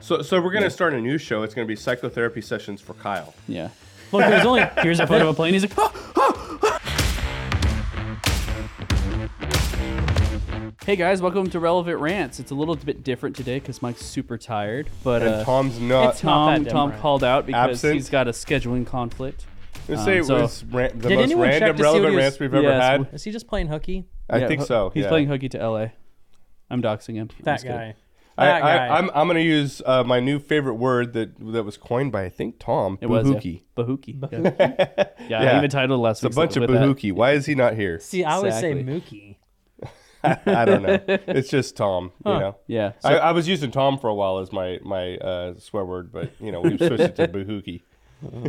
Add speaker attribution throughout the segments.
Speaker 1: So, so we're gonna start a new show. It's gonna be psychotherapy sessions for Kyle.
Speaker 2: Yeah. Look, there's only here's a photo of a plane. He's like, "Oh, oh, oh." ah." hey guys, welcome to Relevant Rants. It's a little bit different today because Mike's super tired, but
Speaker 1: And
Speaker 2: uh,
Speaker 1: Tom's not.
Speaker 3: not that
Speaker 2: Tom
Speaker 3: different.
Speaker 2: Tom called out because
Speaker 1: Absent.
Speaker 2: he's got a scheduling conflict.
Speaker 1: Let's say
Speaker 2: um, so-
Speaker 1: it was ran- the
Speaker 3: Did
Speaker 1: most
Speaker 3: anyone check
Speaker 1: random
Speaker 3: to see what
Speaker 1: relevant
Speaker 3: he was-
Speaker 1: rants we've ever
Speaker 2: Yeah, it's-
Speaker 1: had.
Speaker 3: Is he just playing hooky?
Speaker 1: I
Speaker 2: Yeah,
Speaker 1: think
Speaker 2: ho-
Speaker 1: so.
Speaker 2: He's
Speaker 1: yeah.
Speaker 2: playing hooky to L.A. I'm doxing him. That's
Speaker 3: That
Speaker 2: good.
Speaker 3: guy.
Speaker 1: I,
Speaker 3: That guy.
Speaker 1: I, I'm, I'm gonna use uh, my new favorite word that that was coined by I think Tom.
Speaker 2: It was yeah.
Speaker 1: Bahookie.
Speaker 2: Bahookie. Yeah, yeah,
Speaker 1: Yeah.
Speaker 2: I even titled last
Speaker 1: It's a
Speaker 2: week's
Speaker 1: bunch of
Speaker 2: with that.
Speaker 1: bahookie. Why is he not here?
Speaker 3: See, I would say
Speaker 2: Exactly.
Speaker 3: Mookie.
Speaker 1: I don't know. It's just Tom. You know.
Speaker 2: Yeah. So
Speaker 1: I, I was using Tom for a while as my my uh, swear word, but you know we switched it to bahookie.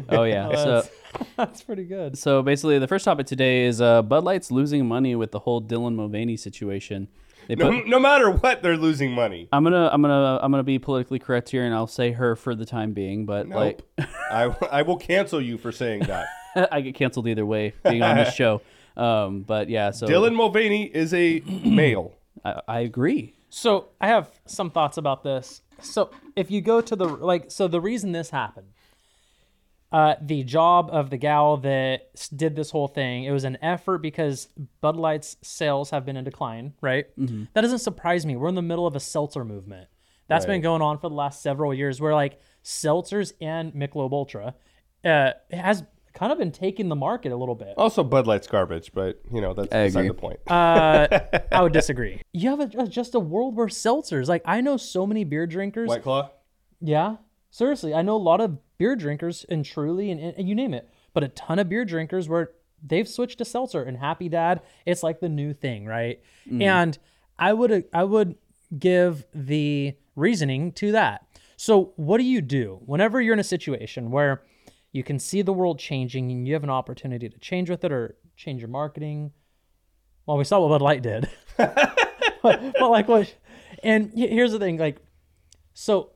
Speaker 2: Oh yeah. so
Speaker 3: that's, that's pretty good.
Speaker 2: so basically, the first topic today is uh, Bud Light's losing money with the whole Dylan Mulvaney situation. They
Speaker 1: No,
Speaker 2: put,
Speaker 1: no matter what, they're losing money.
Speaker 2: I'm gonna I'm gonna I'm gonna be politically correct here, and I'll say her for the time being. But like,
Speaker 1: Nope. I I will cancel you for saying that.
Speaker 2: I get canceled either way being on this show. Um, but yeah. So
Speaker 1: Dylan Mulvaney is a male.
Speaker 2: I, I agree.
Speaker 3: So I have some thoughts about this. So if you go to the like, so the reason this happened, uh, the job of the gal that s- did this whole thing, it was an effort because Bud Light's sales have been in decline, right?
Speaker 1: Mm-hmm.
Speaker 3: That doesn't surprise me. We're in the middle of a seltzer movement that's been
Speaker 1: Right.
Speaker 3: going on for the last several years, where like seltzers and Michelob Ultra uh, has kind of been taking the market a little bit.
Speaker 1: Also, Bud Light's garbage, but you know that's
Speaker 2: I
Speaker 1: beside
Speaker 2: agree.
Speaker 1: the point.
Speaker 3: Uh, I would disagree. You have a, just a world where seltzers, like I know so many beer drinkers.
Speaker 1: White Claw.
Speaker 3: Yeah, seriously, I know a lot of beer drinkers and Truly and, and you name it, but a ton of beer drinkers where they've switched to seltzer and Happy Dad. It's like the new thing, right? And I would I would give the reasoning to that. So what do you do whenever you're in a situation where you can see the world changing and you have an opportunity to change with it or change your marketing? Well, we saw what Bud Light did, but, but like what? And he- here's the thing, like, so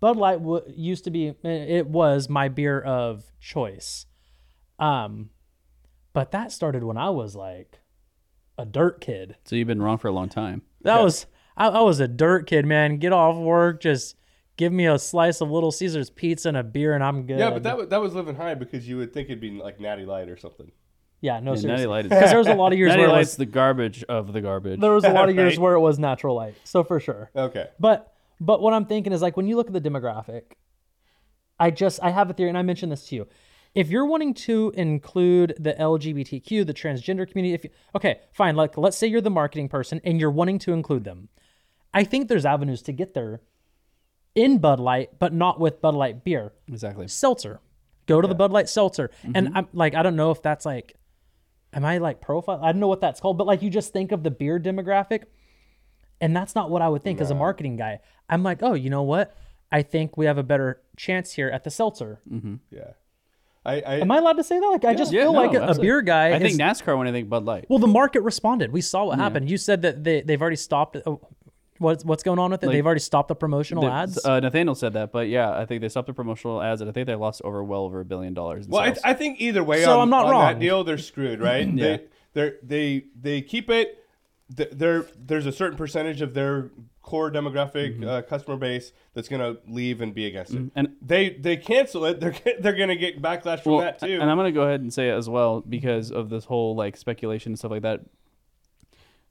Speaker 3: Bud Light w- used to be eh, it was my beer of choice. Um but that started when I was like a dirt kid.
Speaker 2: So you've been wrong for a long time.
Speaker 3: That was I, I was a dirt kid, man. Get off work, just give me a slice of Little Caesars pizza and a beer and I'm good.
Speaker 1: Yeah, but that was, that was living high because you would think it'd be like Natty Light or something.
Speaker 3: Yeah, no
Speaker 2: And Natty
Speaker 3: seriously.
Speaker 2: Light
Speaker 3: Cuz
Speaker 2: is
Speaker 3: there was a lot of years
Speaker 2: Natty
Speaker 3: where it
Speaker 2: Light's
Speaker 3: was,
Speaker 2: the garbage of the garbage.
Speaker 3: there was a lot of years
Speaker 1: Right.
Speaker 3: where it was natural light. So for sure.
Speaker 1: Okay.
Speaker 3: But but what I'm thinking is like when you look at the demographic, I just I have a theory, and I mentioned this to you. If you're wanting to include the LGBTQ, the transgender community, if you, okay, fine, like let's say you're the marketing person and you're wanting to include them, I think there's avenues to get there in Bud Light, but not with Bud Light beer
Speaker 2: exactly.
Speaker 3: seltzer. Go to the Bud Light seltzer, and
Speaker 2: Mm-hmm.
Speaker 3: I'm like, I don't know if that's like, am I like profile? I don't know what that's called, but like, you just think of the beer demographic, and that's not what I would think as a marketing guy. I'm like, oh, you know what? I think we have a better chance here at the seltzer.
Speaker 1: Yeah. I, I
Speaker 3: Am I allowed to say that? Like, I just
Speaker 2: Mm-hmm. Yeah,
Speaker 3: feel
Speaker 2: no,
Speaker 3: like a, a
Speaker 2: that's it.
Speaker 3: beer guy.
Speaker 2: I
Speaker 3: is-
Speaker 2: think NASCAR when I think Bud Light.
Speaker 3: well, the market responded. We saw what happened. You said that they they've already stopped. Oh, what's what's going on with it? they've already stopped the promotional ads.
Speaker 2: Uh, Nathaniel said that, but yeah, I think they stopped the promotional ads, and I think they lost over well over a billion dollars. in
Speaker 1: Well, I,
Speaker 2: sales.
Speaker 1: I think either way,
Speaker 3: So
Speaker 1: on,
Speaker 3: I'm not
Speaker 1: on
Speaker 3: wrong.
Speaker 1: that deal, they're screwed, right?
Speaker 2: Yeah.
Speaker 1: They they they they keep it. th- There there's a certain percentage of their core demographic
Speaker 3: Mm-hmm.
Speaker 1: uh, customer base that's gonna leave and be against it.
Speaker 3: Mm,
Speaker 2: And-
Speaker 1: they they cancel it. They're g- they're gonna get backlash from
Speaker 2: Well,
Speaker 1: that too.
Speaker 2: And I'm gonna go ahead and say it as well because of this whole like speculation and stuff like that.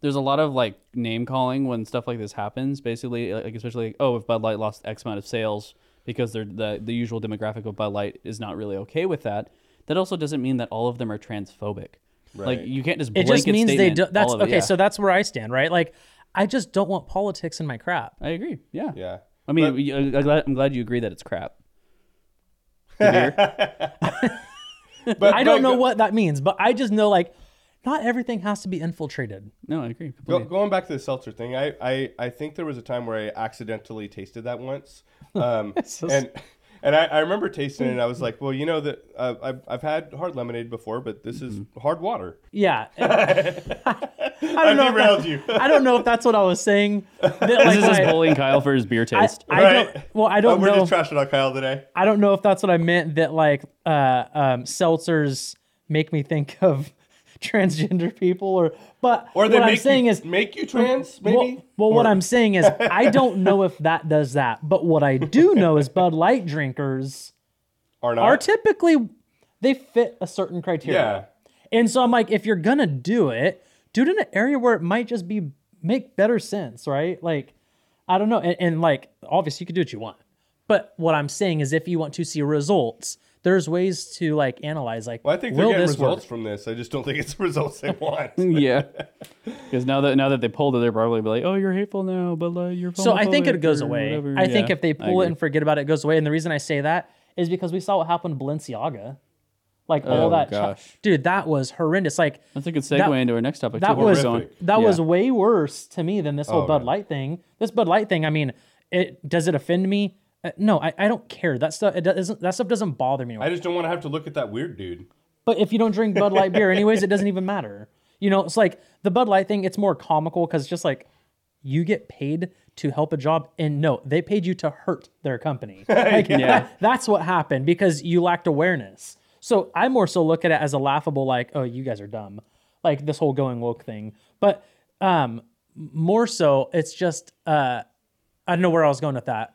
Speaker 2: There's a lot of like name calling when stuff like this happens. Basically, like especially like, oh, if Bud Light lost X amount of sales because they're the the usual demographic of Bud Light is not really okay with that. That also doesn't mean that all of them are transphobic. Like
Speaker 1: Right.
Speaker 2: you can't just
Speaker 3: it just
Speaker 2: blanket
Speaker 3: means they
Speaker 2: statement
Speaker 3: do,
Speaker 2: all
Speaker 3: that's
Speaker 2: of it,
Speaker 3: okay
Speaker 2: yeah.
Speaker 3: so that's where i stand right like i just don't want politics in my crap
Speaker 2: I agree. Yeah.
Speaker 1: yeah.
Speaker 2: I mean, you- I'm glad, I'm glad you agree that it's crap. The beer.
Speaker 1: But uh,
Speaker 3: i
Speaker 1: but
Speaker 3: don't know
Speaker 1: go-
Speaker 3: what that means but i just know like not everything has to be infiltrated
Speaker 2: no, I agree.
Speaker 1: Go,
Speaker 2: completely.
Speaker 1: going back to the seltzer thing, I, I, I think there was a time where I accidentally tasted that once, um, and and I, I remember tasting it, and I was like, well, you know that uh, I've I've had hard lemonade before, but this is
Speaker 3: Mm-hmm.
Speaker 1: hard water.
Speaker 3: yeah
Speaker 1: I,
Speaker 3: know if
Speaker 1: derailed you.
Speaker 3: i don't know if that's what i was saying that, like,
Speaker 2: This is
Speaker 3: my-
Speaker 2: bullying Kyle for his beer
Speaker 3: I,
Speaker 2: taste.
Speaker 3: I
Speaker 1: Right.
Speaker 3: don't well i
Speaker 1: Oh,
Speaker 3: don't
Speaker 1: we're
Speaker 3: know
Speaker 1: just trashing on Kyle today.
Speaker 3: i don't know if that's what i meant that like uh um seltzers make me think of transgender people or but
Speaker 1: Or they
Speaker 3: what
Speaker 1: make
Speaker 3: I'm saying
Speaker 1: you,
Speaker 3: is
Speaker 1: make you trans,
Speaker 3: well,
Speaker 1: maybe.
Speaker 3: well, what
Speaker 1: Or-
Speaker 3: I'm saying is I don't know if that does that, but what I do know is Bud Light drinkers
Speaker 1: or not.
Speaker 3: are typically they fit a certain criteria.
Speaker 1: yeah,
Speaker 3: And so I'm like, if you're gonna do it, do it in an area where it might just be make better sense, right? Like, I don't know. And, and like, obviously, you can do what you want. But what I'm saying is, if you want to see results, there's ways to like analyze, like,
Speaker 1: well, I think they're
Speaker 3: will
Speaker 1: getting
Speaker 3: this
Speaker 1: results
Speaker 3: work?
Speaker 1: from this. I just don't think it's the results they want.
Speaker 2: yeah. Because now that now that they pulled it, they're probably be like, "Oh, you're hateful now, but like you're."
Speaker 3: So I think
Speaker 2: homophobic
Speaker 3: it goes
Speaker 2: or
Speaker 3: away.
Speaker 2: whatever."
Speaker 3: I think
Speaker 2: Yeah,
Speaker 3: if they
Speaker 2: I
Speaker 3: pull it
Speaker 2: agree.
Speaker 3: and forget about it, it goes away. And the reason I say that is because we saw what happened to Balenciaga, like all
Speaker 2: Oh,
Speaker 3: that, chi-
Speaker 2: gosh.
Speaker 3: dude, that was horrendous. Like,
Speaker 2: that's a good segue
Speaker 3: that-
Speaker 2: into our next topic.
Speaker 3: that
Speaker 2: too, where
Speaker 3: was
Speaker 2: we're going-
Speaker 1: Horrific.
Speaker 3: that was
Speaker 2: Yeah.
Speaker 3: way worse to me than this whole
Speaker 1: Oh,
Speaker 3: Bud
Speaker 1: yeah.
Speaker 3: Light thing. This Bud Light thing, I mean, it does it offend me? Uh, no, I, I don't care. That stuff it doesn't that stuff doesn't bother me.
Speaker 1: I just don't want to have to look at that weird dude.
Speaker 3: But if you don't drink Bud Light beer anyways, it doesn't even matter. You know, it's like the Bud Light thing, it's more comical because just like you get paid to help a job and no, they paid you to hurt their company. Like, that- that's what happened because you lacked awareness. So I more so look at it as a laughable, like, oh, you guys are dumb. Like this whole going woke thing. But um more so it's just uh I don't know where I was going with that.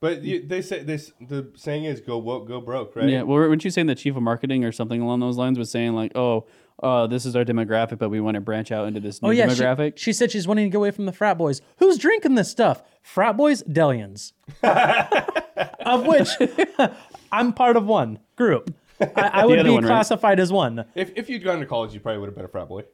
Speaker 1: But you, they say this. The saying is "go woke, go broke," right?
Speaker 2: Yeah, well, weren't you saying the chief of marketing or something along those lines was saying like, "Oh, uh, this is our demographic, but we want to branch out into this new
Speaker 3: Oh yeah, she-
Speaker 2: demographic."
Speaker 3: She, said she's wanting to get away from the frat boys. Who's drinking this stuff? Frat boys, Delians. of which I'm part of one group. I, I would
Speaker 2: other
Speaker 3: be
Speaker 2: one, right?
Speaker 3: classified as one.
Speaker 1: If, if you'd gone to college, you probably would have been a frat boy.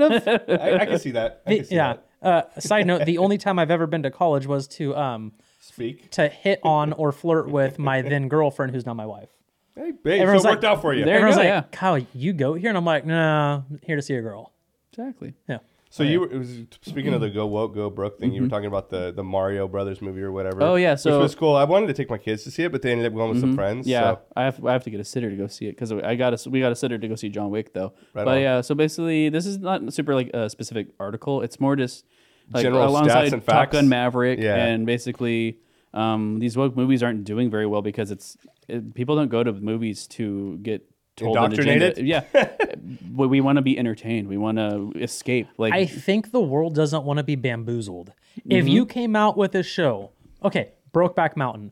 Speaker 3: have.
Speaker 1: I, I can see that. I can see
Speaker 3: yeah.
Speaker 1: that.
Speaker 3: Uh, side note: the only time I've ever been to college was to um
Speaker 1: Speak.
Speaker 3: to hit on or flirt with my then girlfriend, who's now my wife.
Speaker 1: Hey, babe, so
Speaker 3: Everyone's
Speaker 1: it
Speaker 3: like-
Speaker 1: worked out for you.
Speaker 2: There- you
Speaker 3: Everyone's
Speaker 2: go,
Speaker 3: like,
Speaker 2: yeah.
Speaker 3: "Kyle, you go here," and I'm like, "No, I'm here to see a girl."
Speaker 2: Exactly.
Speaker 3: Yeah.
Speaker 1: So you were it was, speaking of the go woke, go broke thing. You were talking about the the Mario Brothers movie or whatever.
Speaker 2: Oh, yeah, so-
Speaker 1: which was cool. I wanted to take my kids to see it, but they ended up going with some friends.
Speaker 2: Yeah,
Speaker 1: so.
Speaker 2: I have I have to get a sitter to go see it because I got a we got a sitter to go see John Wick though.
Speaker 1: Right
Speaker 2: but
Speaker 1: on.
Speaker 2: yeah, so basically this is not super like a specific article. It's more just like
Speaker 1: General
Speaker 2: alongside
Speaker 1: stats and
Speaker 2: Top
Speaker 1: facts.
Speaker 2: Gun Maverick
Speaker 1: Yeah.
Speaker 2: and basically um, these woke movies aren't doing very well because it's it, people don't go to movies to get told an agenda.
Speaker 1: Indoctrinated?
Speaker 2: Yeah, we, we want to be entertained. We want to escape. Like
Speaker 3: I think the world doesn't want to be bamboozled. If
Speaker 1: Mm-hmm.
Speaker 3: you came out with a show, okay, Brokeback Mountain.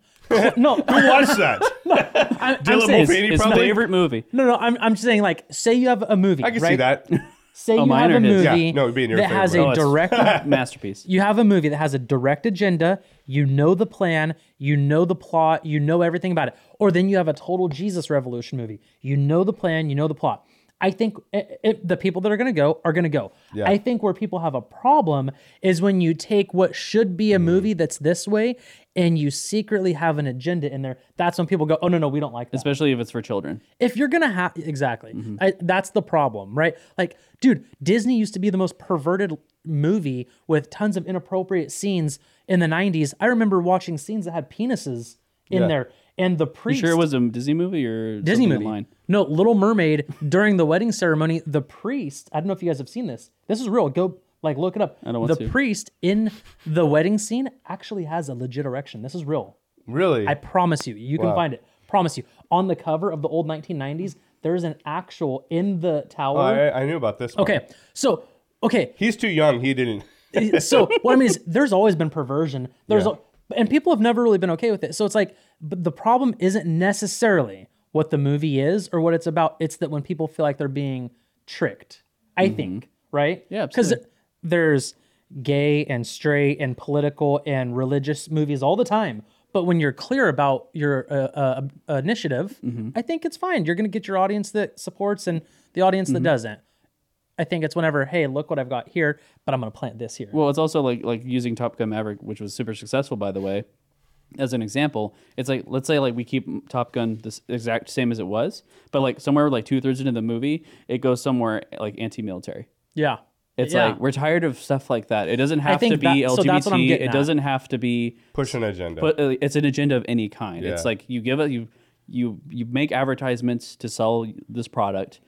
Speaker 3: no,
Speaker 1: Who was that?
Speaker 3: I'm, I'm
Speaker 1: Dylan
Speaker 3: saying,
Speaker 1: Mulvaney.
Speaker 2: it's, it's my
Speaker 1: probably-
Speaker 2: favorite movie.
Speaker 3: no, no, I'm, I'm just saying, like, say you have a movie.
Speaker 1: I can
Speaker 3: right?
Speaker 1: see that.
Speaker 3: Say you
Speaker 2: mine
Speaker 3: have a
Speaker 2: or his?
Speaker 3: movie
Speaker 2: Yeah,
Speaker 1: no, it'd be in your
Speaker 3: that has a
Speaker 1: favorite.
Speaker 2: Oh,
Speaker 3: direct.
Speaker 2: masterpiece.
Speaker 3: you have a movie that has a direct agenda. You know the plan. You know the plot. You know everything about it. Or then you have a total Jesus Revolution movie. You know the plan. You know the plot. I think it, it, the people that are going to go are going to go.
Speaker 1: Yeah.
Speaker 3: I think where people have a problem is when you take what should be a movie that's this way and you secretly have an agenda in there. That's when people go, "Oh no, no, we don't like that."
Speaker 2: Especially if it's for children.
Speaker 3: if you're gonna have exactly
Speaker 2: Mm-hmm.
Speaker 3: I, that's the problem right like dude disney used to be the most perverted movie with tons of inappropriate scenes in the 90s i remember watching scenes that had penises in
Speaker 1: Yeah.
Speaker 3: there and the priest
Speaker 2: Sure, it was a Disney movie or
Speaker 3: disney
Speaker 2: something in
Speaker 3: movie
Speaker 2: Line?
Speaker 3: no little mermaid during the wedding ceremony the priest i don't know if you guys have seen this this is real go like look it up i
Speaker 2: don't want
Speaker 3: the
Speaker 2: to.
Speaker 3: priest in the wedding scene actually has a legit erection this is real
Speaker 1: Really?
Speaker 3: I promise you, you can find it. Promise you. On the cover of the old 1990s, there's an actual in the tower.
Speaker 1: I, Oh, I knew about this. One.
Speaker 3: Okay, so okay,
Speaker 1: He's too young. He didn't.
Speaker 3: so what I mean is, there's always been perversion. There's al- and people have never really been okay with it. So it's like, but the problem isn't necessarily what the movie is or what it's about. It's that when people feel like they're being tricked, I think, right?
Speaker 2: Mm-hmm. Yeah,
Speaker 3: because
Speaker 2: absolutely.
Speaker 3: there's gay and straight and political and religious movies all the time. But when you're clear about your uh, uh, uh, initiative,
Speaker 2: Mm-hmm.
Speaker 3: I think it's fine. You're going to get your audience that supports and the audience
Speaker 2: Mm-hmm.
Speaker 3: that doesn't. I think it's whenever, hey, look what I've got here, but I'm going to plant this here.
Speaker 2: Well, it's also like like using Top Gun Maverick, which was super successful, by the way, as an example. It's like let's say like we keep Top Gun this exact same as it was, but like somewhere like two thirds into the movie, it goes somewhere like anti-military.
Speaker 3: yeah.
Speaker 2: It's
Speaker 3: Yeah.
Speaker 2: like we're tired of stuff like that. It doesn't have to
Speaker 3: think
Speaker 2: be
Speaker 3: that-
Speaker 2: LGBT.
Speaker 3: so that's what I'm
Speaker 2: it
Speaker 3: getting at.
Speaker 2: doesn't have to be
Speaker 1: Push an agenda.
Speaker 2: but uh, it's an agenda of any kind. It's
Speaker 1: Yeah.
Speaker 2: like you give it you you you make advertisements to sell this product.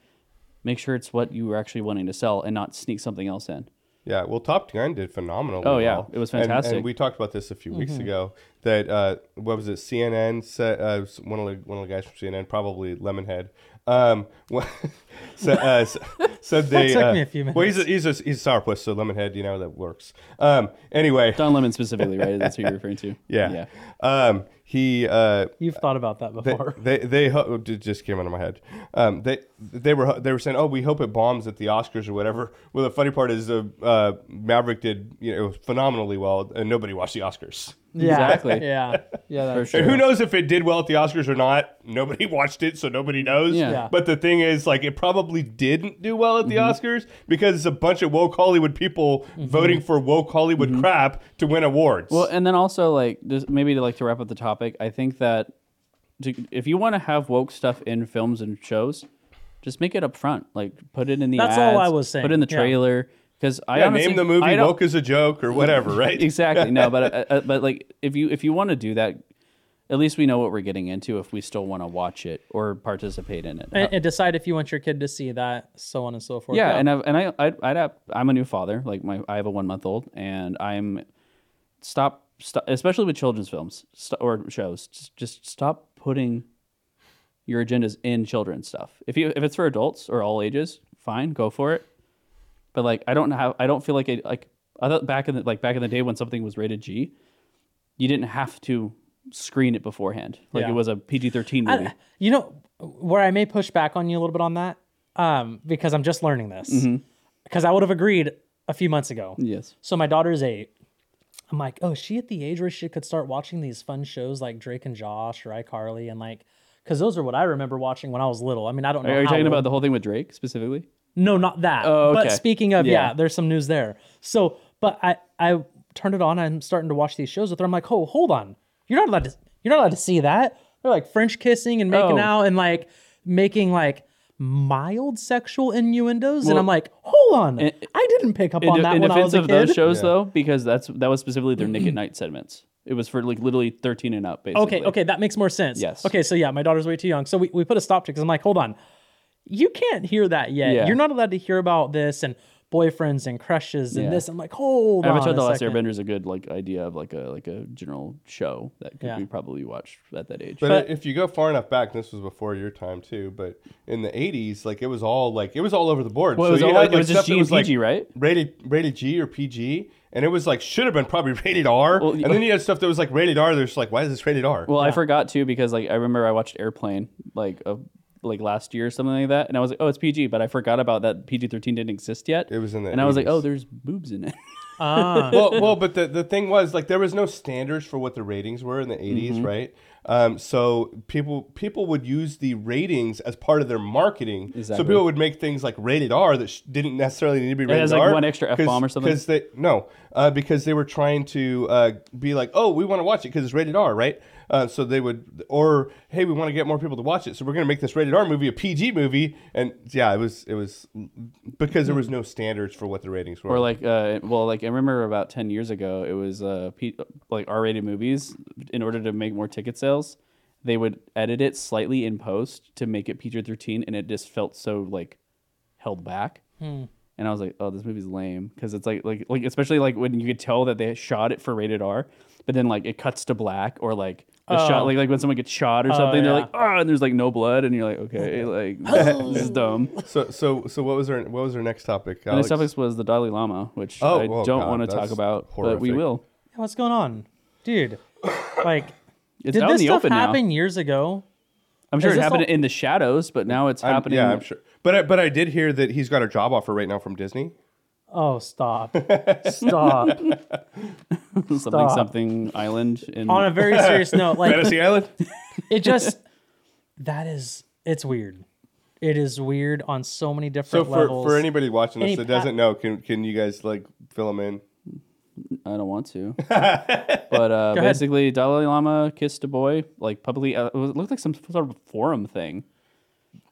Speaker 2: Make sure it's what you were actually wanting to sell and not sneak something else in.
Speaker 1: Yeah, well, Top Gun did phenomenally.
Speaker 2: Oh, yeah,
Speaker 1: well.
Speaker 2: it was
Speaker 1: And- And,
Speaker 2: fantastic.
Speaker 1: we talked about this a few
Speaker 3: Mm-hmm.
Speaker 1: weeks ago. That uh, what was it? CNN said uh, one of the one of the guys from CNN, probably Lemonhead, Um, wha- so, uh, so, so they
Speaker 3: took
Speaker 1: uh,
Speaker 3: me a few
Speaker 1: Well, he's a, he's a, he's a sourpuss, so Lemonhead, you know that works. Um, anyway,
Speaker 2: Don Lemon specifically, right? That's who you're referring to.
Speaker 1: yeah. Um, he uh,
Speaker 3: You've thought about that
Speaker 1: they
Speaker 3: before.
Speaker 1: they, they ho- oh, it just came out of my head. Um, they they were they were saying, oh, we hope it bombs at the Oscars or whatever. Well, the funny part is, uh, uh, Maverick did you know phenomenally well, and nobody watched the Oscars.
Speaker 3: yeah,
Speaker 2: exactly.
Speaker 3: Yeah, yeah.
Speaker 2: For
Speaker 3: That's,
Speaker 2: sure.
Speaker 1: And who knows if it did well at the Oscars or not? Nobody watched it, so nobody knows.
Speaker 2: Yeah. Yeah.
Speaker 1: But the thing is, like, it probably didn't do well at the
Speaker 2: Mm-hmm.
Speaker 1: Oscars because it's a bunch of woke Hollywood people voting for woke Hollywood crap to win awards.
Speaker 2: Mm-hmm. Well, and then also like just maybe to like to wrap up the topic, I think that to, if you want to have woke stuff in films and shows, just make it up front. Like put it in the
Speaker 3: That's
Speaker 2: ads,
Speaker 3: all I was saying,
Speaker 2: Put it in the
Speaker 3: yeah.
Speaker 2: trailer because I
Speaker 1: yeah,
Speaker 2: honestly
Speaker 1: name the
Speaker 2: I
Speaker 1: movie
Speaker 2: don't-
Speaker 1: "Woke as a Joke" or whatever, right?
Speaker 2: exactly no but uh, uh, but like if you if you want to do that at least we know what we're getting into if we still want to watch it or participate in it
Speaker 3: and, and decide if you want your kid to see that, so on and so forth.
Speaker 2: yeah, and I've, and I I'd, I'd have, I'm a new father. Like my I have a one month old, and I'm stop, stop especially with children's films st- or shows. Just, just stop putting your agendas in children's stuff. If you if it's for adults or all ages, fine, go for it. But like I don't have I don't feel like it like I thought back in the like back in the day when something was rated G, you didn't have to screen it beforehand. Like
Speaker 3: Yeah.
Speaker 2: it was a PG thirteen movie.
Speaker 3: uh, you know where I may push back on you a little bit on that, um, because I'm just learning this.
Speaker 2: Mm-hmm.
Speaker 3: Because I would have agreed a few months ago.
Speaker 2: yes.
Speaker 3: So my daughter's eight. I'm like, oh, is she at the age where she could start watching these fun shows like Drake and Josh or iCarly and like, because those are what I remember watching when I was little. I mean, I don't know.
Speaker 2: Are you
Speaker 3: how
Speaker 2: talking
Speaker 3: old-
Speaker 2: about the whole thing with Drake specifically?
Speaker 3: No, not that.
Speaker 2: Oh, okay.
Speaker 3: But speaking of, yeah.
Speaker 2: Yeah.
Speaker 3: there's some news there. So, but I I turned it on. I'm starting to watch these shows with her. I'm like, oh, hold on, you're not allowed to you're not allowed to see that. They're like French kissing and making
Speaker 2: Oh.
Speaker 3: out and like making like mild sexual innuendos. and I'm like, hold on, I didn't pick up on
Speaker 2: de-
Speaker 3: that when I
Speaker 2: defense
Speaker 3: was a
Speaker 2: of those
Speaker 3: kid.
Speaker 2: shows though because that's that was specifically their naked night segments it was for like literally 13 and up basically
Speaker 3: Okay, okay, that makes more sense.
Speaker 2: Yes.
Speaker 3: Okay, so yeah, my daughter's way too young. So we, we put a stop to because I'm like, hold on, you can't hear that yet.
Speaker 2: Yeah.
Speaker 3: You're not allowed to hear about this and boyfriends and crushes and
Speaker 2: Yeah.
Speaker 3: this. I'm like, hold on.
Speaker 2: Avatar:
Speaker 3: a
Speaker 2: The Last
Speaker 3: second.
Speaker 2: Airbender is a good like idea of like a like a general show that could
Speaker 3: Yeah.
Speaker 2: be probably watched at that age.
Speaker 1: But, if you go far enough back, this was before your time too. But in the '80s, like it was all like it was all over the board.
Speaker 2: Well, it was
Speaker 1: you
Speaker 2: all-
Speaker 1: had,
Speaker 2: it was just
Speaker 1: stuff that
Speaker 2: G and PG, right?
Speaker 1: Rated rated G or PG, and it was like should have been probably rated R.
Speaker 2: Well,
Speaker 1: and
Speaker 2: y-
Speaker 1: then you had stuff that was like rated R. They're just like, why is this rated R?
Speaker 2: well, I forgot too because like I remember I watched Airplane like a, like last year or something like that, and I was like, oh, it's PG, but I forgot about that PG thirteen didn't exist yet.
Speaker 1: It was in the
Speaker 2: and I was like,
Speaker 1: 80s.
Speaker 2: oh, there's boobs in it.
Speaker 3: Ah,
Speaker 1: well, well, but the, the thing was like there was no standards for what the ratings were in the 80s,
Speaker 2: Mm-hmm.
Speaker 1: right? Um, so people people would use the ratings as part of their marketing. So
Speaker 2: Exactly.
Speaker 1: people would make things like rated R that sh- didn't necessarily need to be rated
Speaker 2: has, like,
Speaker 1: R
Speaker 2: one extra F-bomb or something?
Speaker 1: Because they no, uh, because they were trying to uh, be like, oh, we want to watch it because it's rated R, right? Uh, so they would, or hey, we want to get more people to watch it, so we're going to make this rated R movie a PG movie, and yeah, it was it was because there was no standards for what the ratings were.
Speaker 2: Mm. or like uh well like i remember about 10 years ago it was uh P- like r-rated movies in order to make more ticket sales they would edit it slightly in post to make it pg-13 and it just felt so like held back and i was like oh this movie's lame because it's like like like especially like when you could tell that they shot it for rated r but then like it cuts to black or like the shot like, like when someone gets shot or something they're
Speaker 3: yeah.
Speaker 2: like oh and there's like no blood and you're like okay like this is dumb
Speaker 1: So so so what was our what was our next topic?
Speaker 2: the next
Speaker 1: Alex?
Speaker 2: topic was the Dalai Lama, which
Speaker 1: Oh,
Speaker 2: I
Speaker 1: oh,
Speaker 2: don't
Speaker 1: God,
Speaker 2: want to talk
Speaker 1: that's
Speaker 2: about, but we
Speaker 1: horrific.
Speaker 2: will.
Speaker 3: what's going on, dude? Like,
Speaker 2: It's
Speaker 3: did
Speaker 2: out
Speaker 3: this
Speaker 2: in the
Speaker 3: stuff
Speaker 2: open
Speaker 3: happen
Speaker 2: now.
Speaker 3: years ago?
Speaker 2: I'm sure it
Speaker 3: Is this
Speaker 2: happened
Speaker 3: all-
Speaker 2: in the shadows, but now it's
Speaker 1: I'm-
Speaker 2: happening.
Speaker 1: Yeah, I'm sure. But I, but I did hear that he's got a job offer right now from Disney.
Speaker 3: Oh, stop, stop.
Speaker 2: something
Speaker 3: Stop.
Speaker 2: something island in
Speaker 3: on a very serious note, like
Speaker 1: Fantasy Island.
Speaker 3: it just that is it's weird. It is weird on so many
Speaker 1: So
Speaker 3: different
Speaker 1: for,
Speaker 3: levels.
Speaker 1: for anybody watching this
Speaker 3: Any
Speaker 1: that
Speaker 3: pa-
Speaker 1: doesn't know, can can you guys like fill him in?
Speaker 2: I don't want to. but uh,
Speaker 3: ahead.
Speaker 2: basically, Dalai Lama kissed a boy, like publicly. Uh, it was- it looked like some sort of forum thing.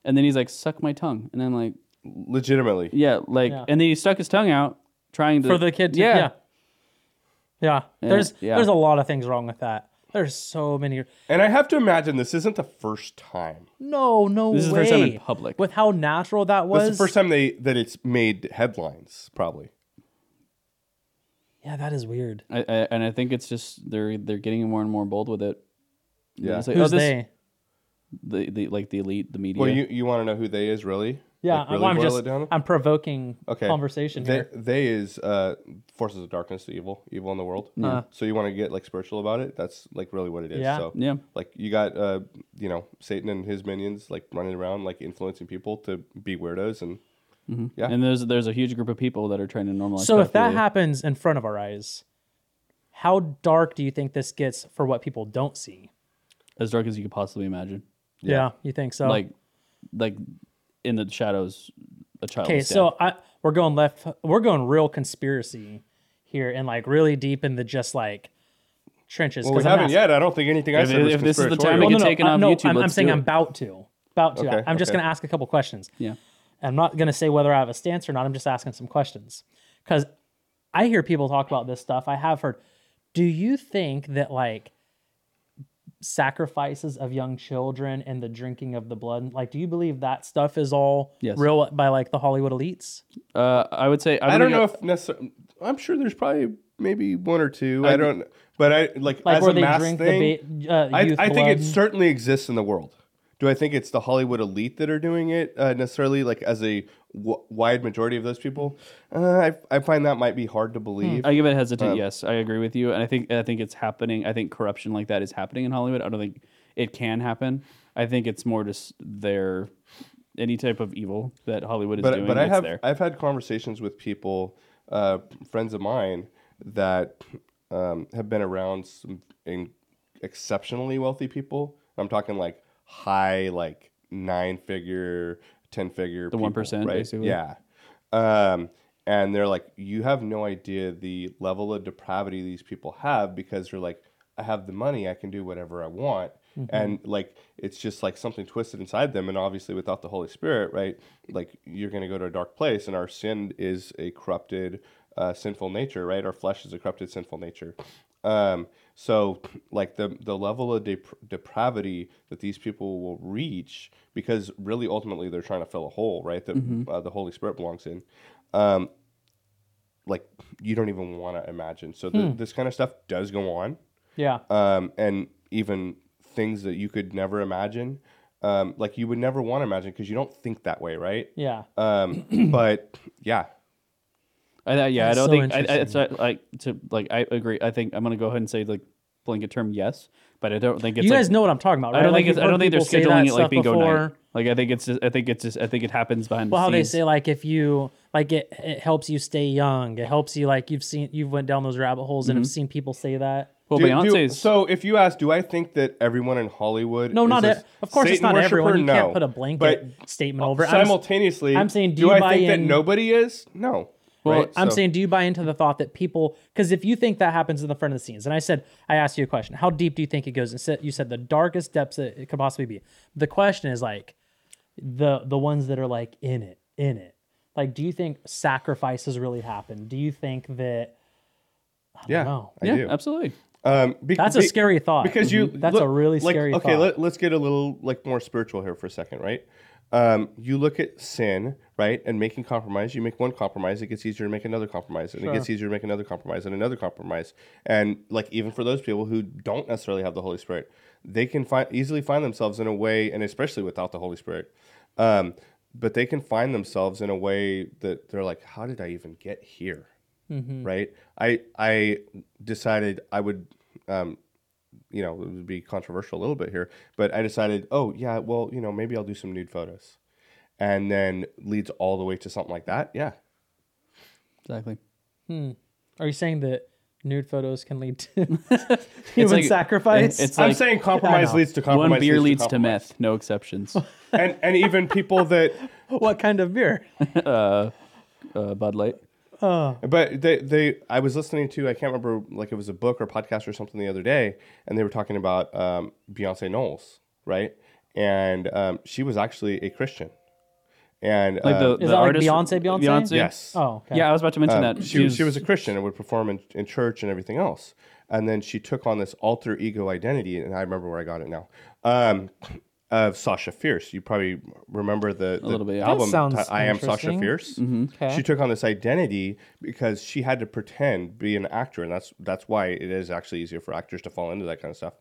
Speaker 2: And then he's like, "Suck my tongue," and I'm like,
Speaker 1: Legitimately,
Speaker 2: "Yeah, like."
Speaker 3: Yeah.
Speaker 2: And then he stuck his tongue out, trying to
Speaker 3: for the kid. To, yeah. yeah, There's
Speaker 2: yeah.
Speaker 3: there's a lot of things wrong with that. There's so many.
Speaker 1: and I have to imagine this isn't the first time.
Speaker 3: No, no
Speaker 2: This is the
Speaker 3: way.
Speaker 2: first time in public.
Speaker 3: With how natural that
Speaker 1: That's
Speaker 3: was.
Speaker 1: the first time they that it's made headlines, probably.
Speaker 3: Yeah, that is weird.
Speaker 2: I, I, and I think it's just they're they're getting more and more bold with it.
Speaker 1: Yeah.
Speaker 2: It's like,
Speaker 3: Who's
Speaker 2: oh, this,
Speaker 3: they?
Speaker 2: the, the like the elite, the media.
Speaker 1: Well, you, you want to know who they is really?
Speaker 3: Yeah,
Speaker 1: Like,
Speaker 3: I-
Speaker 1: really
Speaker 3: well, I'm
Speaker 1: boil
Speaker 3: just
Speaker 1: it down.
Speaker 3: I'm provoking
Speaker 1: Okay.
Speaker 3: conversation
Speaker 1: They,
Speaker 3: here.
Speaker 1: they is uh, forces of darkness, the evil, evil in the world. So you want to get like spiritual about it? That's like really what it is.
Speaker 3: Yeah.
Speaker 1: So
Speaker 2: Yeah.
Speaker 1: like you got uh, you know Satan and his minions like running around like influencing people to be weirdos and yeah.
Speaker 2: and there's there's a huge group of people that are trying to normalize.
Speaker 3: So if that
Speaker 2: pedophilia.
Speaker 3: happens in front of our eyes, how dark do you think this gets for what people don't see?
Speaker 2: as dark as you could possibly imagine,
Speaker 3: Yeah, you think so?
Speaker 2: like like in the shadows, a child.
Speaker 3: okay,
Speaker 2: is dead.
Speaker 3: so I we're going left. We're going real conspiracy here, and like really deep in the just like trenches.
Speaker 1: Well, we
Speaker 3: 'cause I'm
Speaker 1: haven't
Speaker 3: not-
Speaker 1: yet. I don't think anything I
Speaker 2: If-
Speaker 1: said was
Speaker 2: if this is the time
Speaker 1: conspiratorial.
Speaker 2: we get taken
Speaker 3: I'm-
Speaker 2: off YouTube,
Speaker 3: I'm, I'm
Speaker 2: let's
Speaker 3: saying
Speaker 2: do
Speaker 3: I'm
Speaker 2: it.
Speaker 3: about to. About to.
Speaker 1: Okay,
Speaker 3: I'm just
Speaker 1: okay.
Speaker 3: going to ask a couple questions.
Speaker 2: yeah,
Speaker 3: I'm not going to say whether I have a stance or not. I'm just asking some questions because I hear people talk about this stuff. I have heard. Do you think that like sacrifices of young children and the drinking of the blood, like, do you believe that stuff is all
Speaker 2: Yes.
Speaker 3: real by like the Hollywood elites?
Speaker 2: uh, I would say I'm
Speaker 1: I
Speaker 2: gonna
Speaker 1: don't
Speaker 2: go-
Speaker 1: know if necessarily. I'm sure there's probably maybe one or two. I, don't. But I like,
Speaker 3: Like
Speaker 1: as
Speaker 3: where
Speaker 1: a
Speaker 3: they
Speaker 1: mass
Speaker 3: drink
Speaker 1: thing.
Speaker 3: the ba- uh,
Speaker 1: I,
Speaker 3: youth
Speaker 1: I think
Speaker 3: blood?
Speaker 1: it certainly exists in the world. Do I think it's the Hollywood elite that are doing it uh, necessarily, like as a w- wide majority of those people? Uh, I, I find that might be hard to believe.
Speaker 2: Hmm. I give it a
Speaker 1: Uh,
Speaker 2: hesitant yes. I agree with you, and I think I think it's happening. I think corruption like that is happening in Hollywood. I don't think it can happen. I think it's more just their any type of evil that Hollywood is
Speaker 1: but
Speaker 2: doing.
Speaker 1: but I
Speaker 2: it's
Speaker 1: have
Speaker 2: there.
Speaker 1: I've had conversations with people, uh, friends of mine that um, have been around some in exceptionally wealthy people. I'm talking like high, like nine figure, ten figure, the
Speaker 2: 1%,
Speaker 1: right?
Speaker 2: basically.
Speaker 1: Yeah, um, and they're like, you have no idea the level of depravity these people have because they're like, I have the money, I can do whatever I want. And like it's just like something twisted inside them, and obviously without the Holy Spirit, right? Like you're gonna go to a dark place, and our sin is a corrupted, uh, sinful nature, right? Our flesh is a corrupted, sinful nature. Um, so like the the level of dep- depravity that these people will reach, because really ultimately they're trying to fill a hole, right? That uh, the Holy Spirit belongs in. Um, like you don't even want to imagine. So th- this kind of stuff does go on,
Speaker 3: yeah.
Speaker 1: um, and even things that you could never imagine, um, like you would never want to imagine because you don't think that way, right?
Speaker 3: Yeah.
Speaker 1: Um, but yeah,
Speaker 2: I, I- yeah, I
Speaker 3: That's
Speaker 2: don't
Speaker 3: so
Speaker 2: think I, I, it's not, like to like I agree. I think I'm gonna go ahead and say like blanket term yes, but I don't think it's
Speaker 3: you
Speaker 2: like,
Speaker 3: guys know what I'm talking about, right?
Speaker 2: I don't
Speaker 3: Like,
Speaker 2: think it's,
Speaker 3: you've
Speaker 2: I don't
Speaker 3: heard
Speaker 2: think they're
Speaker 3: people say that
Speaker 2: scheduling it like
Speaker 3: stuff
Speaker 2: bingo
Speaker 3: before.
Speaker 2: night. Like I think it's just I think it's just I think it happens behind
Speaker 3: well
Speaker 2: the
Speaker 3: how they
Speaker 2: scenes.
Speaker 3: say like if you like it it helps you stay young it helps you like you've seen you've went down those rabbit holes
Speaker 1: Mm-hmm.
Speaker 3: and have seen people say that
Speaker 2: well,
Speaker 1: Do- do-
Speaker 2: Beyonce's
Speaker 1: so if you ask, do I think that everyone in Hollywood?
Speaker 3: no
Speaker 1: is
Speaker 3: not
Speaker 1: a
Speaker 3: it of course it's
Speaker 1: Satan
Speaker 3: not
Speaker 1: worshiper?
Speaker 3: everyone you
Speaker 1: no.
Speaker 3: can't put a blanket
Speaker 1: But
Speaker 3: statement over it. I'm, s-
Speaker 1: simultaneously,
Speaker 3: I'm saying, do
Speaker 1: do
Speaker 3: you
Speaker 1: I
Speaker 3: buy
Speaker 1: think that
Speaker 3: in-
Speaker 1: nobody is? No.
Speaker 2: Well,
Speaker 1: right?
Speaker 3: I'm
Speaker 1: So-
Speaker 3: saying do you buy into the thought that people because if you think that happens in the front of the scenes and i said i asked you a question how deep do you think it goes and said- you said the darkest depths that it could possibly be the question is like the the ones that are like in it in it like do you think sacrifices really happen do you think that
Speaker 1: yeah,
Speaker 3: know.
Speaker 1: I
Speaker 2: yeah,
Speaker 1: do.
Speaker 2: absolutely.
Speaker 1: Um, be-
Speaker 3: Uh, That's a
Speaker 1: be-
Speaker 3: scary thought.
Speaker 1: because you.
Speaker 3: Mhm. That's a really
Speaker 1: like,
Speaker 3: scary
Speaker 1: Okay,
Speaker 3: thought.
Speaker 1: Let, let's get a little like more spiritual here for a second, right? Um, you look at sin, right, and making compromise. You make one compromise, it gets easier to make another compromise, and it gets easier to make another compromise and another compromise. And like even for those people who don't necessarily have the Holy Spirit, they can find easily find themselves in a way, and especially without the Holy Spirit. Um, but they can find themselves in a way that they're like, "How did I even get here?"
Speaker 3: Mm-hmm.
Speaker 1: right? I I decided I would, um, you know, it would be controversial a little bit here, but I decided, oh yeah, well, you know, maybe I'll do some nude photos, and then leads all the way to something like that. Yeah,
Speaker 2: Exactly.
Speaker 3: Are you saying that nude photos can lead to
Speaker 2: It's
Speaker 3: human
Speaker 2: like-
Speaker 3: sacrifice?
Speaker 2: It's
Speaker 1: I'm
Speaker 2: like
Speaker 1: saying compromise
Speaker 3: know.
Speaker 1: leads to compromise.
Speaker 2: one beer leads to,
Speaker 1: compromise.
Speaker 2: meth. No exceptions.
Speaker 1: and and even people that,
Speaker 3: what kind of beer?
Speaker 2: uh, Bud Light.
Speaker 1: but they they, I was listening to, I can't remember, like it was a book or podcast or something the other day, and they were talking about um, Beyonce Knowles, right? And um, she was actually a Christian. And
Speaker 2: Like the,
Speaker 1: uh,
Speaker 2: the
Speaker 3: that like
Speaker 2: artist,
Speaker 3: Beyonce, Beyonce?
Speaker 1: Yes. Uh,
Speaker 3: Oh, okay.
Speaker 2: Yeah, I was about to mention that.
Speaker 1: She, she was a Christian and would perform in, in church and everything else. And then she took on this alter ego identity, and I remember where I got it now. Um, of Sasha Fierce, you probably remember the, the
Speaker 2: little bit, yeah. Mm-hmm. That
Speaker 1: album.
Speaker 3: sounds
Speaker 1: ti- I am Sasha
Speaker 3: interesting.
Speaker 1: Fierce.
Speaker 3: Okay.
Speaker 1: She took on this identity because she had to pretend be an actor, and that's that's why it is actually easier for actors to fall into that kind of stuff.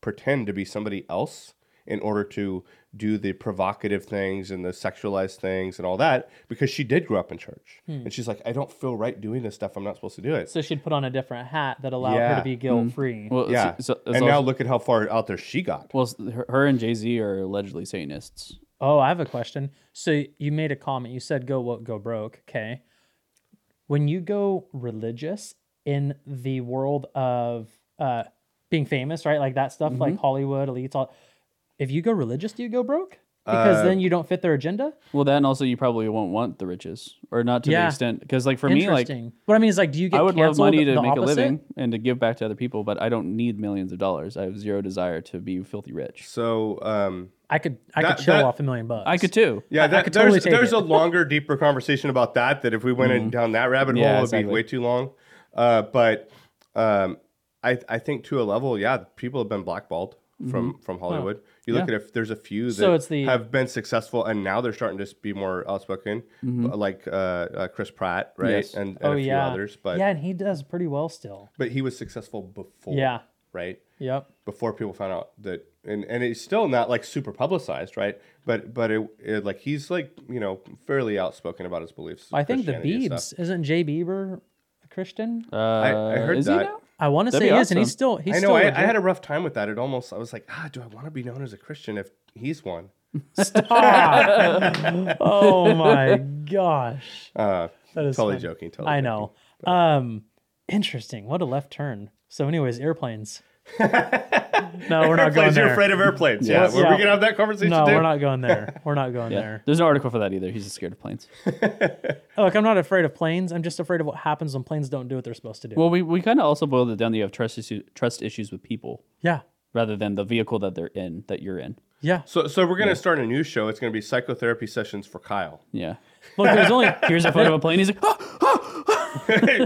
Speaker 1: Pretend to be somebody else in order to do the provocative things and the sexualized things and all that because she did grow up in church.
Speaker 2: Hmm.
Speaker 1: And she's like, I don't feel right doing this stuff. I'm not supposed to do it.
Speaker 3: So she'd put on a different hat that allowed her
Speaker 1: Yeah.
Speaker 3: to be guilt free.
Speaker 2: Well,
Speaker 1: yeah.
Speaker 2: so, so,
Speaker 1: and
Speaker 2: so-
Speaker 1: now look at how far out there she got.
Speaker 2: well, s- her- her and Jay Z are allegedly Satanists.
Speaker 3: Oh, I have a question. So you made a comment. You said go what go broke. Okay. When you go religious in the world of uh being famous, right? Like that stuff, like Hollywood, elites, all if you go religious, do you go broke?
Speaker 1: Uh,
Speaker 3: Because then you don't fit their agenda?
Speaker 2: Well, then also you probably won't want the riches, or not to
Speaker 3: Yeah.
Speaker 2: the extent because, like, for me, like
Speaker 3: Interesting. what I mean is like do you get
Speaker 2: I would love
Speaker 3: canceled
Speaker 2: money to
Speaker 3: the
Speaker 2: make
Speaker 3: opposite?
Speaker 2: a living and to give back to other people, but I don't need millions of dollars. I have zero desire to be filthy rich.
Speaker 1: So, um,
Speaker 3: I could I
Speaker 1: That-
Speaker 3: could show
Speaker 1: that-
Speaker 3: off a million bucks.
Speaker 2: I could too.
Speaker 1: yeah, that,
Speaker 3: could
Speaker 1: there's,
Speaker 3: totally take
Speaker 1: there's
Speaker 3: it. Mm-hmm.
Speaker 1: a longer, deeper conversation about that. That if we went in down that rabbit
Speaker 2: Yeah,
Speaker 1: hole, it would
Speaker 2: exactly.
Speaker 1: be way too long. Uh, but um, I, I think to a level, yeah, people have been blackballed from from Hollywood. You look at if there's a few that
Speaker 3: Mm-hmm. So it's the-
Speaker 1: have been successful, and now they're starting to be more outspoken, but like uh, uh, Chris Pratt, right,
Speaker 2: Yes.
Speaker 1: and, and
Speaker 3: Mm-hmm. oh
Speaker 1: a few
Speaker 3: yeah.
Speaker 1: others. But
Speaker 3: yeah, and he does pretty well still.
Speaker 1: but he was successful before,
Speaker 3: Yeah.
Speaker 1: right,
Speaker 3: Yep.
Speaker 1: before people found out that and and it's still not like super publicized right but but it, it like he's like you know fairly outspoken about his beliefs
Speaker 3: I think the
Speaker 1: Christianity and stuff.
Speaker 3: Beebs isn't Jay Bieber a Christian?
Speaker 2: Uh,
Speaker 1: I heard
Speaker 2: is
Speaker 1: that.
Speaker 2: he now?
Speaker 3: I want to say
Speaker 2: That'd
Speaker 3: he
Speaker 2: be
Speaker 3: is, and he's
Speaker 2: awesome.
Speaker 3: still he's
Speaker 1: i
Speaker 3: still
Speaker 1: know I,
Speaker 3: legit.
Speaker 1: I had a rough time with that it almost i was like ah do i want to be known as a christian if he's one
Speaker 3: Ah. oh my gosh.
Speaker 1: uh
Speaker 3: That is
Speaker 1: totally
Speaker 3: funny.
Speaker 1: joking totally
Speaker 3: I know. Um interesting. What a left turn. So anyways, airplanes. no, we're not
Speaker 1: joking.
Speaker 3: going
Speaker 1: airplanes you're
Speaker 3: there.
Speaker 1: afraid of airplanes yeah,
Speaker 3: Yes.
Speaker 1: we're
Speaker 3: Yeah.
Speaker 1: we gonna have that conversation
Speaker 3: No,
Speaker 1: dude?
Speaker 3: we're not going there. We're not going
Speaker 2: Yeah.
Speaker 3: there.
Speaker 2: There's an article for that either. He's just scared of planes.
Speaker 3: Look, I'm not afraid of planes. I'm just afraid of what happens when planes don't do what they're supposed to do.
Speaker 2: Well, we, we kind of also boiled it down that you have trust issue, trust issues with people
Speaker 3: yeah.
Speaker 2: rather than the vehicle that they're in that you're in.
Speaker 3: Yeah.
Speaker 1: so so we're gonna start a new show it's gonna be psychotherapy sessions for kyle
Speaker 2: Yeah.
Speaker 3: Look, there's only
Speaker 2: Here's a photo of a plane. He's like, "Ah,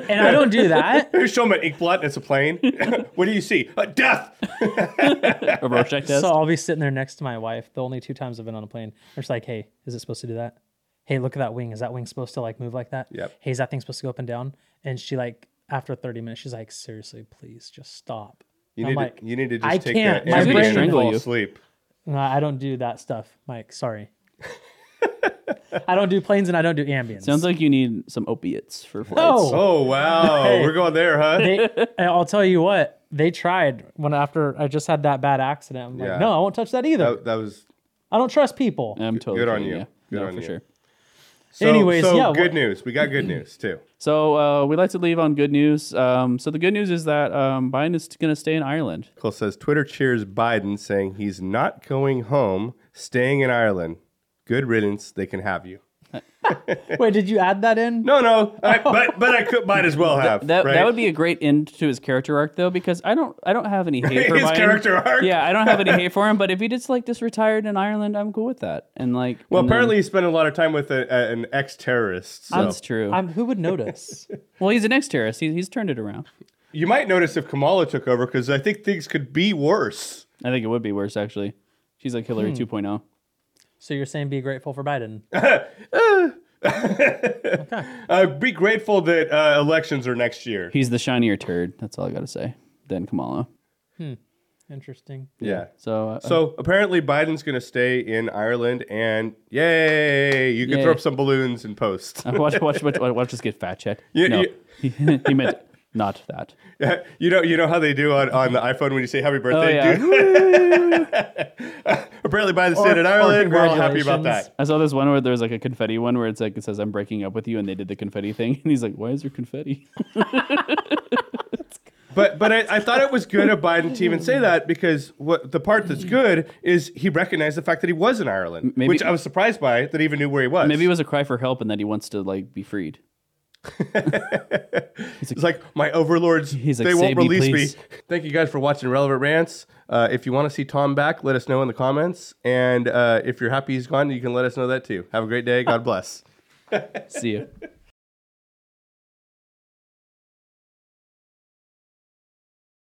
Speaker 3: and I don't do that.
Speaker 1: show him an inkblot it's a plane what do you see uh, death
Speaker 2: a Rorschach test.
Speaker 3: So I'll be sitting there next to my wife. The only two times I've been on a plane, I'm just like, "Hey, is it supposed to do that? Hey, look at that wing. Is that wing supposed to like move like that?
Speaker 1: Yep.
Speaker 3: Hey, is that thing supposed to go up and down?" And she like, after 30 minutes, she's like, "Seriously, please, just stop."
Speaker 1: You
Speaker 3: I'm
Speaker 1: need,
Speaker 3: like,
Speaker 1: to, you need to just
Speaker 3: "I
Speaker 1: take
Speaker 3: can't.
Speaker 1: that
Speaker 3: My
Speaker 1: Ambien
Speaker 2: brain-
Speaker 1: and
Speaker 2: Strangle
Speaker 1: fall
Speaker 2: you.
Speaker 1: asleep.
Speaker 3: "No, I don't do that stuff, Mike. Sorry. I don't do planes and I don't do ambience.
Speaker 2: Sounds like you need some opiates for flights.
Speaker 3: oh,
Speaker 1: Oh wow, we're going there, huh?
Speaker 3: they, I'll tell you what they tried when after I just had that bad accident. I'm like,
Speaker 1: Yeah.
Speaker 3: no, I won't touch that either.
Speaker 1: that, that was
Speaker 3: I don't trust people.
Speaker 2: I'm totally
Speaker 1: good on
Speaker 2: kidding,
Speaker 1: you.
Speaker 2: Yeah.
Speaker 1: Good
Speaker 2: no,
Speaker 1: on
Speaker 2: for
Speaker 1: you.
Speaker 2: sure.
Speaker 1: so,
Speaker 3: Anyways,
Speaker 1: So
Speaker 3: yeah,
Speaker 1: good
Speaker 3: wh-
Speaker 1: news. We got good news too.
Speaker 2: So uh, we like to leave on good news. Um, so the good news is that um, Biden is going to stay in Ireland.
Speaker 1: Cole says Twitter cheers Biden, saying he's not going home, staying in Ireland. Good riddance. They can have you.
Speaker 3: Wait, did you add that in?
Speaker 1: No, no, I, but but I could might as well have.
Speaker 2: That,
Speaker 1: right?
Speaker 2: that would be a great end to his character arc, though, because I don't I don't have any hate for
Speaker 1: his
Speaker 2: Biden.
Speaker 1: character arc.
Speaker 2: Yeah, I don't have any hate for him. But if he just like just retired in Ireland, I'm cool with that. And like,
Speaker 1: Well,
Speaker 2: and then-
Speaker 1: apparently he spent a lot of time with a, a, an ex-terrorist. So
Speaker 2: that's true.
Speaker 3: I'm, who would notice?
Speaker 2: well, he's an ex-terrorist. He, he's turned it around.
Speaker 1: you might notice if Kamala took over because I think things could be worse.
Speaker 2: I think it would be worse actually. She's like
Speaker 1: Hmm.
Speaker 2: Hillary oh. 2.0.
Speaker 3: So you're saying be grateful for Biden?
Speaker 1: Uh, be grateful that uh, elections are next year.
Speaker 2: He's the shinier turd. That's all I got to say. Then Kamala.
Speaker 3: Interesting.
Speaker 1: Yeah.
Speaker 2: So uh,
Speaker 1: So apparently Biden's going to stay in Ireland, and yay, you can
Speaker 2: Yay.
Speaker 1: throw up some balloons and post.
Speaker 2: watch, watch, watch, watch us get fat checked.
Speaker 1: Yeah,
Speaker 2: no,
Speaker 1: yeah.
Speaker 2: he, meant not that.
Speaker 1: you know, you know how they do on, on the iPhone when you say "Happy Birthday."
Speaker 2: Oh, yeah.
Speaker 1: dude? apparently Biden's staying in
Speaker 3: or
Speaker 1: Ireland. We're all happy about that.
Speaker 2: I saw this one where there was like a confetti one where it's like it says I'm breaking up with you, and they did the confetti thing, and he's like, "Why is there confetti?"
Speaker 1: But but I, I thought it was good of Biden to even say that because what the part that's good is he recognized the fact that he was in Ireland,
Speaker 2: Maybe-
Speaker 1: which I was surprised by that he even knew where he was.
Speaker 2: Maybe it was a cry for help, and that he wants to like be freed.
Speaker 1: It's like my overlords.
Speaker 2: He's like,
Speaker 1: they won't
Speaker 2: "Save me,
Speaker 1: release me,
Speaker 2: please."
Speaker 1: Thank you guys for watching Relevant Rants. Uh, if you want to see Tom back, let us know in the comments. And uh, if you're happy he's gone, you can let us know that too. Have a great day. God bless.
Speaker 2: See you.